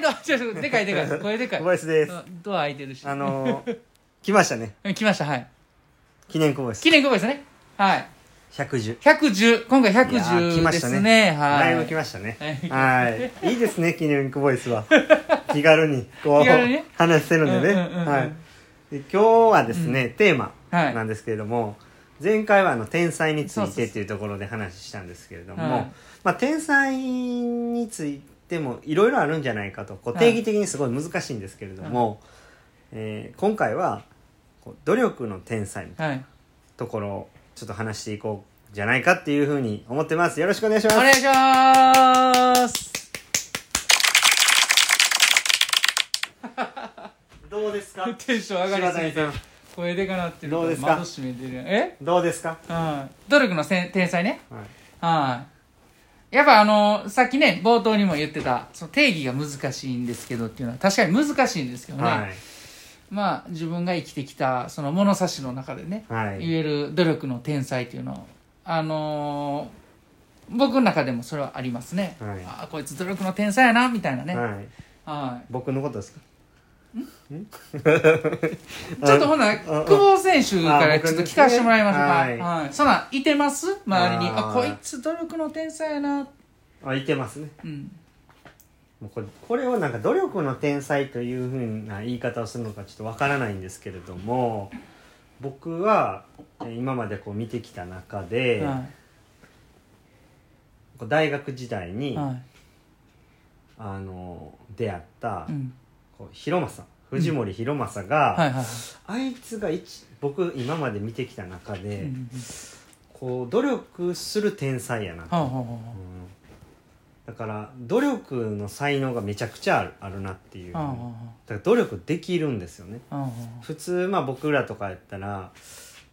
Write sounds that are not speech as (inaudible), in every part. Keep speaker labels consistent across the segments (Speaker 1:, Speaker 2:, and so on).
Speaker 1: ドアちょっとでかいでかいこれでかい
Speaker 2: 小林です
Speaker 1: うんドア開いてるし
Speaker 2: あのー来ましたね
Speaker 1: うん来ましたはい
Speaker 2: 記念小林
Speaker 1: 記念公開ですねはい
Speaker 2: 110
Speaker 1: 110今回
Speaker 2: いやー来
Speaker 1: 110
Speaker 2: ま
Speaker 1: で
Speaker 2: した
Speaker 1: す
Speaker 2: ね
Speaker 1: ね
Speaker 2: だ
Speaker 1: はい
Speaker 2: いぶ来ました
Speaker 1: (laughs)
Speaker 2: ね
Speaker 1: は
Speaker 2: はいいいですね記念コボイスは気軽にこ
Speaker 1: 気軽に
Speaker 2: う
Speaker 1: ね
Speaker 2: 話せるんでね
Speaker 1: うんうんうんうん
Speaker 2: はいで今日はですねテーマ
Speaker 1: はい
Speaker 2: なんですけれども前回はあの天才につ
Speaker 1: そう
Speaker 2: い
Speaker 1: そう
Speaker 2: て
Speaker 1: そう
Speaker 2: っていうところで話したんですけれど
Speaker 1: はい
Speaker 2: もまあ天才についてもいろいろあるんじゃないかとこう定義的にすごい難しいんですけれどもえー今回はこう努力の天才みたいな
Speaker 1: はい
Speaker 2: ところをちょっと話していこうじゃないかっていうふうに思ってますよろしくお願いします
Speaker 1: お願いします
Speaker 2: どうですか
Speaker 1: テンション上がりすぎて
Speaker 2: 柴谷さ
Speaker 1: 声でかなってる
Speaker 2: どうですか
Speaker 1: 窓閉めてるやんえ
Speaker 2: んどうですか、
Speaker 1: うん努力のせん天才ね
Speaker 2: はい、
Speaker 1: はい。やっぱあのさっきね、冒頭にも言ってた、その定義が難しいんですけどっていうのは、確かに難しいんですけどね。
Speaker 2: はい
Speaker 1: まあ、自分が生きてきた、その物差しの中でね、
Speaker 2: はい
Speaker 1: 言える努力の天才っていうのを、あのー僕の中でもそれはありますね。
Speaker 2: はい
Speaker 1: ああ、こいつ努力の天才やな、みたいなね。はい。
Speaker 2: はい、僕のことですか
Speaker 1: ちょっとほな、
Speaker 2: うん
Speaker 1: 久保選手から
Speaker 2: あ
Speaker 1: ちょっと聞かせてもらいましょうか。
Speaker 2: 僕です
Speaker 1: はい。
Speaker 2: ね
Speaker 1: はい、そんなん、いてます周りに。
Speaker 2: あー
Speaker 1: あ、こいつ努力の天才やな。
Speaker 2: あいてますね
Speaker 1: うん。
Speaker 2: もうこれこれをなんか努力の天才というふうな言い方をするのかちょっとわからないんですけれども僕はえー今までこう見てきた中で、
Speaker 1: は
Speaker 2: こう大学時代に、
Speaker 1: い。はい。
Speaker 2: あの出会った、
Speaker 1: うん。
Speaker 2: こう広政藤森広政が、
Speaker 1: はいはい。
Speaker 2: あいつが一僕今まで見てきた中で、
Speaker 1: うんうんうん
Speaker 2: こう努力する天才やな、
Speaker 1: はあはあは
Speaker 2: うんだから努力の才能がめちゃくちゃあるあるなっていう、
Speaker 1: あはあはあ
Speaker 2: だから努力できるんですよね
Speaker 1: はあはあは
Speaker 2: 普通まあ僕らとかやったら、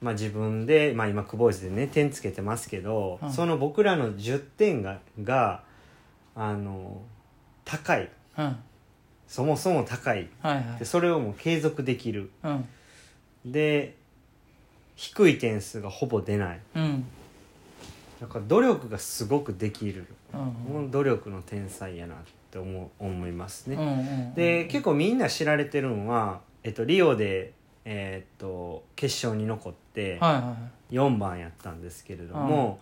Speaker 2: まあ、自分で、まあ、今久保イでね点つけてますけど、
Speaker 1: うん
Speaker 2: その僕らの10点ががあの高い
Speaker 1: あうん
Speaker 2: そもそも高い
Speaker 1: はいはい
Speaker 2: でそれをもう継続できる
Speaker 1: うん
Speaker 2: で低い点数がほぼ出ない
Speaker 1: うん
Speaker 2: なんか努力がすごくできる、
Speaker 1: うん
Speaker 2: もう努力の天才やなって思う思います
Speaker 1: う
Speaker 2: ね、
Speaker 1: んうん
Speaker 2: で結構みんな知られてるのは、えっと、リオで、えーっと決勝に残って
Speaker 1: はいはいはい
Speaker 2: 4番やったんですけれども、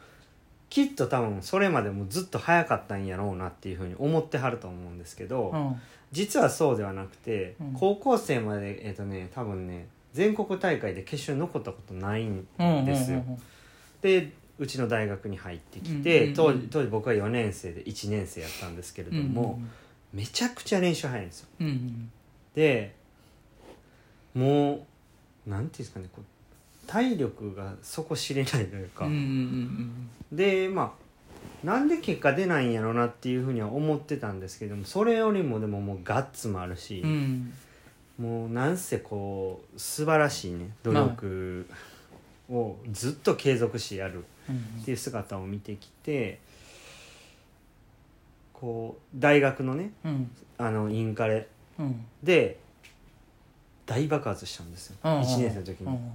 Speaker 2: きっと多分それまでもずっと早かったんやろうなっていうふうに思ってはると思うんですけど、
Speaker 1: うん
Speaker 2: 実はそうではなくて、
Speaker 1: うん
Speaker 2: 高校生までえっ、とね多分ね全国大会で決勝に残ったことないんですよ、
Speaker 1: うんうんうん
Speaker 2: でうちの大学に入ってき
Speaker 1: うん
Speaker 2: て、
Speaker 1: うんうん
Speaker 2: 当時当時僕は4年生で1年生やったんですけれど
Speaker 1: うん
Speaker 2: も、めちゃくちゃ練習早いんですよ
Speaker 1: うんうん
Speaker 2: でもうなんていうんですかねこう体力が底知れないというか、
Speaker 1: うんうんうん
Speaker 2: でまあなんで結果出ないんやろうなっていうふうには思ってたんですけどもそれよりもでももうガッツもあるし、
Speaker 1: うんうん
Speaker 2: もうなんせこう素晴らしいね努力をずっと継続してやる
Speaker 1: うん
Speaker 2: っていう姿を見てきてこう大学のね
Speaker 1: うん
Speaker 2: あのインカレ
Speaker 1: うん
Speaker 2: で大爆発したんですよ
Speaker 1: うんうん
Speaker 2: 1年生の時
Speaker 1: う
Speaker 2: に。
Speaker 1: ん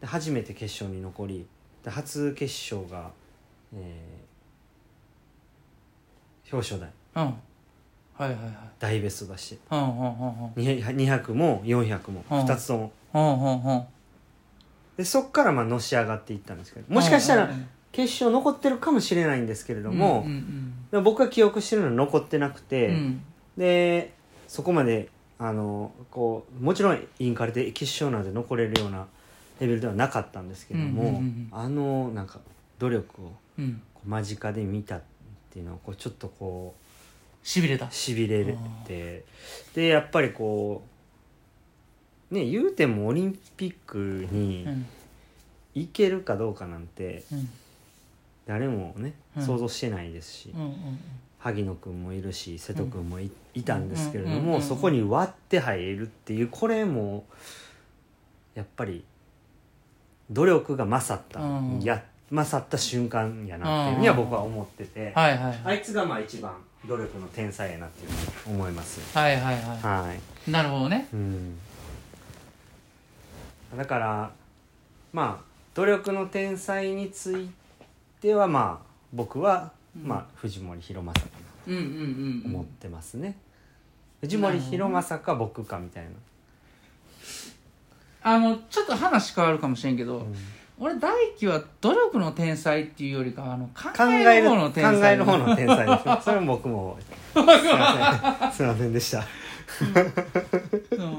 Speaker 2: で初めて決勝に残りで初決勝が、えー表彰台
Speaker 1: うんはいはいはい
Speaker 2: 大ベストだし
Speaker 1: うんうんうんうん
Speaker 2: 200も400も
Speaker 1: うん
Speaker 2: 2つとも。
Speaker 1: うんうんうん
Speaker 2: でそっからまあのし上がっていったんですけどもしかしたら
Speaker 1: うんうんうん
Speaker 2: 決勝残ってるかもしれないんですけれども、
Speaker 1: うん
Speaker 2: でも僕が記憶してるのは残ってなく
Speaker 1: う
Speaker 2: て、
Speaker 1: んうん
Speaker 2: でそこまであのこうもちろんインカレで決勝なんて残れるようなレベルではなかったんですけども、
Speaker 1: うんうんうんうん
Speaker 2: あのなんか努力を
Speaker 1: うんうん
Speaker 2: こう間近で見たっていうのはこうちょっとこう
Speaker 1: しびれた
Speaker 2: しびれてでやっぱりこうね言うてもオリンピックに
Speaker 1: うん
Speaker 2: 行けるかどうかなんて、
Speaker 1: うん
Speaker 2: 誰もね
Speaker 1: うん
Speaker 2: 想像してないですし、
Speaker 1: うんうん
Speaker 2: 萩野君もいるし瀬戸君もい,、いたんですけれども、
Speaker 1: うんうんうん
Speaker 2: そこに割って入るっていうこれもやっぱり努力が勝った、
Speaker 1: うん
Speaker 2: や勝った瞬間やなっていうふうには僕は思ってて、
Speaker 1: はいはい
Speaker 2: あ
Speaker 1: はい
Speaker 2: いつがまあ一番努力の天才やなっていうふうに思いますよ
Speaker 1: はいはいは
Speaker 2: はい
Speaker 1: いなるほどね
Speaker 2: うん、だからまあ努力の天才についてはまあ僕は、
Speaker 1: うん
Speaker 2: まあ、藤森弘正かな
Speaker 1: うんうんうん
Speaker 2: と思ってますね、藤森博正か僕かみたいな、
Speaker 1: あのちょっと話変わるかもしれんけど、
Speaker 2: うん
Speaker 1: 俺大輝は努力の天才っていうよりかあの考
Speaker 2: 考
Speaker 1: え
Speaker 2: え
Speaker 1: る
Speaker 2: る
Speaker 1: 方
Speaker 2: 方
Speaker 1: の
Speaker 2: の
Speaker 1: 天
Speaker 2: 天
Speaker 1: 才
Speaker 2: 才考える方
Speaker 1: (laughs)
Speaker 2: の天才ですそれも僕もすいませ
Speaker 1: (laughs)
Speaker 2: んすいませんでした
Speaker 1: うん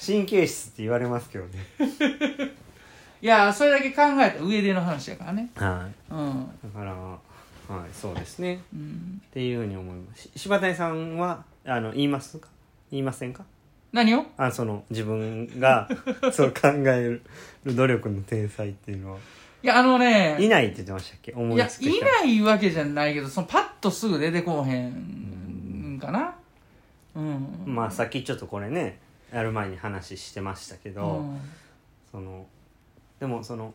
Speaker 2: 神経質って言われますけどね
Speaker 1: いやそれだけ考えた上での話やからね
Speaker 2: はい
Speaker 1: うん、
Speaker 2: だからはいそうですね
Speaker 1: うん、
Speaker 2: っていうふうに思いますし柴谷さんはあの言いますか言いませんか
Speaker 1: 何を
Speaker 2: あその自分
Speaker 1: (laughs)
Speaker 2: がそう考える努力の天才っていうのはい
Speaker 1: やあのね
Speaker 2: いないって言ってましたっけ思
Speaker 1: い
Speaker 2: い
Speaker 1: や
Speaker 2: つく
Speaker 1: い
Speaker 2: 人
Speaker 1: ないわけじゃないけどそのパッとすぐ出てこうへんかなうん
Speaker 2: まあさっきちょっとこれねやる前に話してましたけど、
Speaker 1: うん
Speaker 2: そのでもその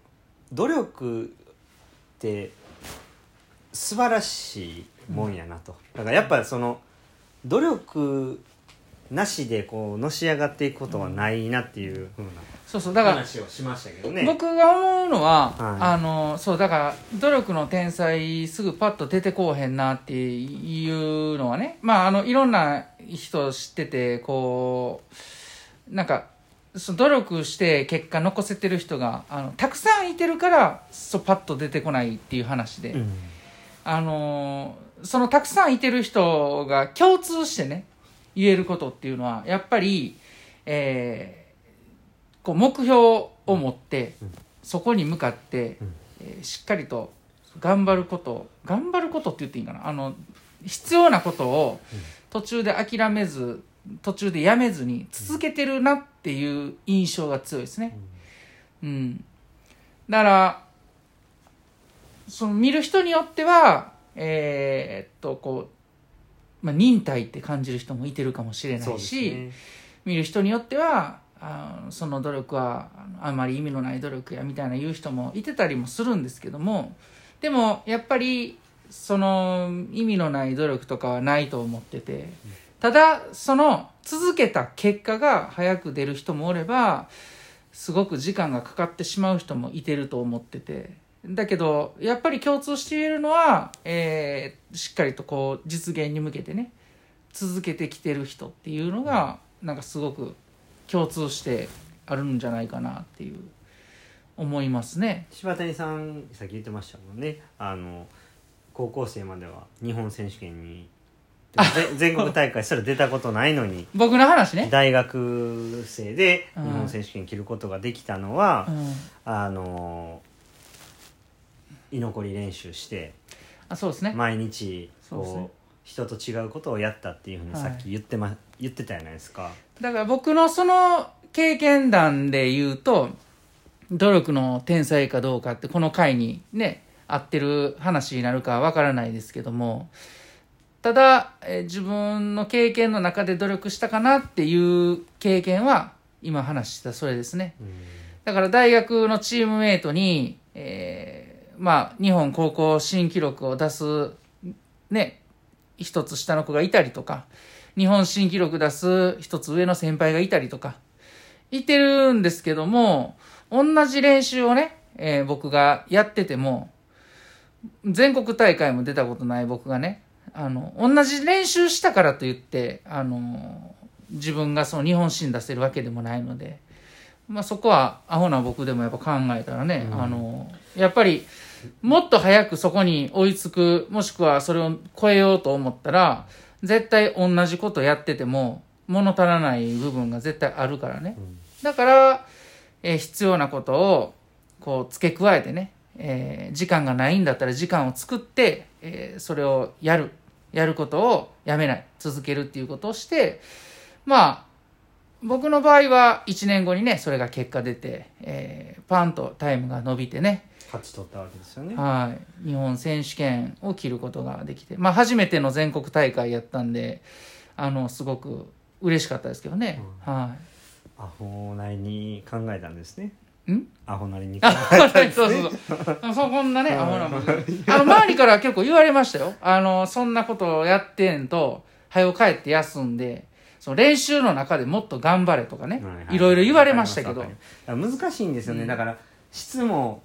Speaker 2: 努力って素晴らしいもんやなと、だからやっぱその努力なしでこうのし上がっていくことはないなっていうふう
Speaker 1: そうそう
Speaker 2: な
Speaker 1: だから
Speaker 2: 話をしましたけどね
Speaker 1: 僕が思うのは、
Speaker 2: はい
Speaker 1: あのそうだから努力の天才すぐパッと出てこうへんなっていうのはねまああのいろんな人知っててこうなんかその努力して結果残せてる人があのたくさんいてるからそうパッと出てこないっていう話で、
Speaker 2: うん
Speaker 1: あのそのたくさんいてる人が共通してね言えることっていうのはやっぱり、えーこう目標を持って、
Speaker 2: うん
Speaker 1: そこに向かって、
Speaker 2: うん
Speaker 1: えーしっかりと頑張ること頑張ることって言っていいんかなあの必要なことを
Speaker 2: うん
Speaker 1: 途中で諦めず途中でやめずに続けてるなっていう印象が強いですね。うん。だから、その見る人によっては、えーっと、こう、まあ、忍耐って感じる人もいてるかもしれな
Speaker 2: そう
Speaker 1: い
Speaker 2: です
Speaker 1: し、
Speaker 2: ね
Speaker 1: 見る人によっては、あーその努力はあのあんまり意味のない努力やみたいな言う人もいてたりもするんですけども、でもやっぱりその意味のない努力とかはないと思ってて、ただその続けた結果が早く出る人もおれば、すごく時間がかかってしまう人もいてると思ってて、だけどやっぱり共通して言えるのは、えーしっかりとこう実現に向けてね、続けてきてる人っていうのがなんかすごく共通してあるんじゃないかなっていう思いますね。
Speaker 2: 柴谷さんさっき言ってましたもんねあの高校生までは日本選手権に
Speaker 1: (laughs)
Speaker 2: ぜ全国大会したら出たことないのに
Speaker 1: 僕の話ね。
Speaker 2: 大学生で
Speaker 1: うん
Speaker 2: 日本選手権着ることができたのは、
Speaker 1: うん、
Speaker 2: あの居残り練習して
Speaker 1: あそうですね。
Speaker 2: 毎日
Speaker 1: そうですね
Speaker 2: こう人と違うことをやったっていうふうに
Speaker 1: はい
Speaker 2: さっき言って,、ま言ってたじゃないですか。
Speaker 1: だから僕のその経験談で言うと努力の天才かどうかってこの回にね合ってる話になるかわからないですけどもただ、えー自分の経験の中で努力したかなっていう経験は今話したそれですね。だから大学のチームメイトに、えーまあ、日本高校新記録を出す、ね、一つ下の子がいたりとか、日本新記録出す一つ上の先輩がいたりとか、いてるんですけども、同じ練習をね、えー僕がやってても、全国大会も出たことない僕がね、あの、同じ練習したからといって、あの、自分がその日本新出せるわけでもないので、まあ、そこはアホな僕でもやっぱ考えたらね、
Speaker 2: うん
Speaker 1: あのやっぱりもっと早くそこに追いつくもしくはそれを超えようと思ったら絶対同じことやってても物足らない部分が絶対あるからね
Speaker 2: うん
Speaker 1: だから、えー必要なことをこう付け加えてね、えー時間がないんだったら時間を作って、えーそれをやるやることをやめない続けるっていうことをしてまあ僕の場合は1年後にねそれが結果出て、えーパンとタイムが伸びてね、
Speaker 2: 勝ち取ったわけですよね。
Speaker 1: はい、日本選手権を切ることができて、まあ、初めての全国大会やったんであのすごく嬉しかったですけどね、は
Speaker 2: アホなりに考えたんですね。
Speaker 1: い、ん
Speaker 2: アホなりに考
Speaker 1: あ
Speaker 2: えたんです
Speaker 1: そう
Speaker 2: ね。
Speaker 1: そうそう。そうこんなね、
Speaker 2: はい
Speaker 1: アホなもんあの、周りから結構言われましたよ。あの、そんなことをやってんと、早よ帰って休んで、その練習の中でもっと頑張れとかね、
Speaker 2: はい
Speaker 1: ろいろ言われましたけど
Speaker 2: わかり、ますわかります難しいんですよね、
Speaker 1: うん
Speaker 2: だから質も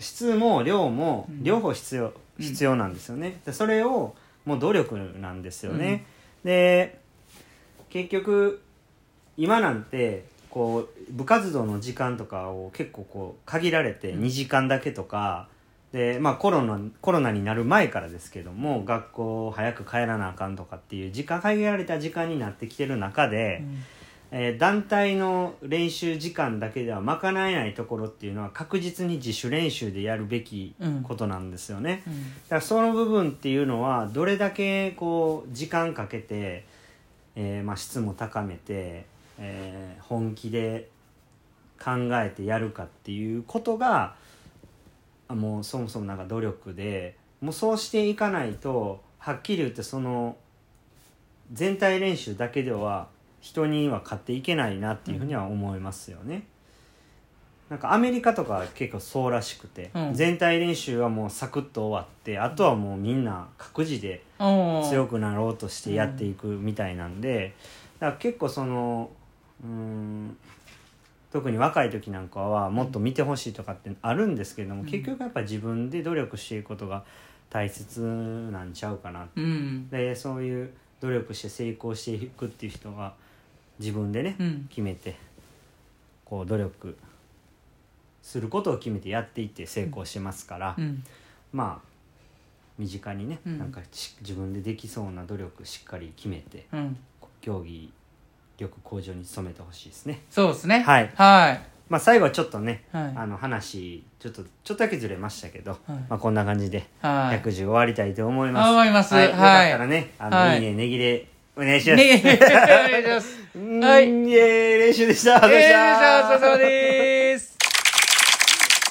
Speaker 2: 質も量も
Speaker 1: うん
Speaker 2: 両方必要、
Speaker 1: うん
Speaker 2: 必要なんですよねでそれをもう努力なんですよね、で結局今なんてこう部活動の時間とかを結構こう限られて2時間だけとか、でまあコロナコロナになる前からですけども学校早く帰らなあかんとかっていう時間限られた時間になってきてる中で、えー団体の練習時間だけでは賄えないところっていうのは確実に自主練習でやるべきことなんですよね。
Speaker 1: うん
Speaker 2: だからその部分っていうのはどれだけこう時間かけて、えーまあ、質も高めて、えー本気で考えてやるかっていうことがあもうそもそもなんか努力でもうそうしていかないとはっきり言ってその全体練習だけでは人には勝っていけないなっていうふうには思いますよね。なんかアメリカとかは結構そうらしくて、
Speaker 1: うん
Speaker 2: 全体練習はもうサクッと終わってあとはもうみんな各自で
Speaker 1: おー
Speaker 2: 強くなろうとしてやっていくみたいなんで、だから結構そのうーん特に若い時なんかはもっと見てほしいとかってあるんですけども、
Speaker 1: うん
Speaker 2: 結局やっぱ自分で努力していくことが大切なんちゃうかな
Speaker 1: うん
Speaker 2: でそういう努力して成功していくっていう人が自分でね、
Speaker 1: うん
Speaker 2: 決めてこう努力することを決めてやっていって成功してますから、
Speaker 1: うん
Speaker 2: まあ身近にね、
Speaker 1: うん
Speaker 2: なんかし自分でできそうな努力しっかり決めて
Speaker 1: うん
Speaker 2: 競技力向上に努めてほしいですね。
Speaker 1: そうですね
Speaker 2: はい
Speaker 1: はい
Speaker 2: まあ、最後はちょっとね、
Speaker 1: はい
Speaker 2: あの話ちょっとちょっとだけずれましたけど、
Speaker 1: はい
Speaker 2: まあ、こんな感じで
Speaker 1: はい
Speaker 2: 110終わりたいと思います。
Speaker 1: 思います
Speaker 2: はい、よか
Speaker 1: は
Speaker 2: っ
Speaker 1: い
Speaker 2: たらね、あの、
Speaker 1: はい
Speaker 2: い、いね、ねぎれ、お願いします。
Speaker 1: ねお願いします
Speaker 2: うん
Speaker 1: はい
Speaker 2: イエーイ練習でした。
Speaker 1: えー、じゃあお疲れ
Speaker 2: お疲れ様
Speaker 1: 様です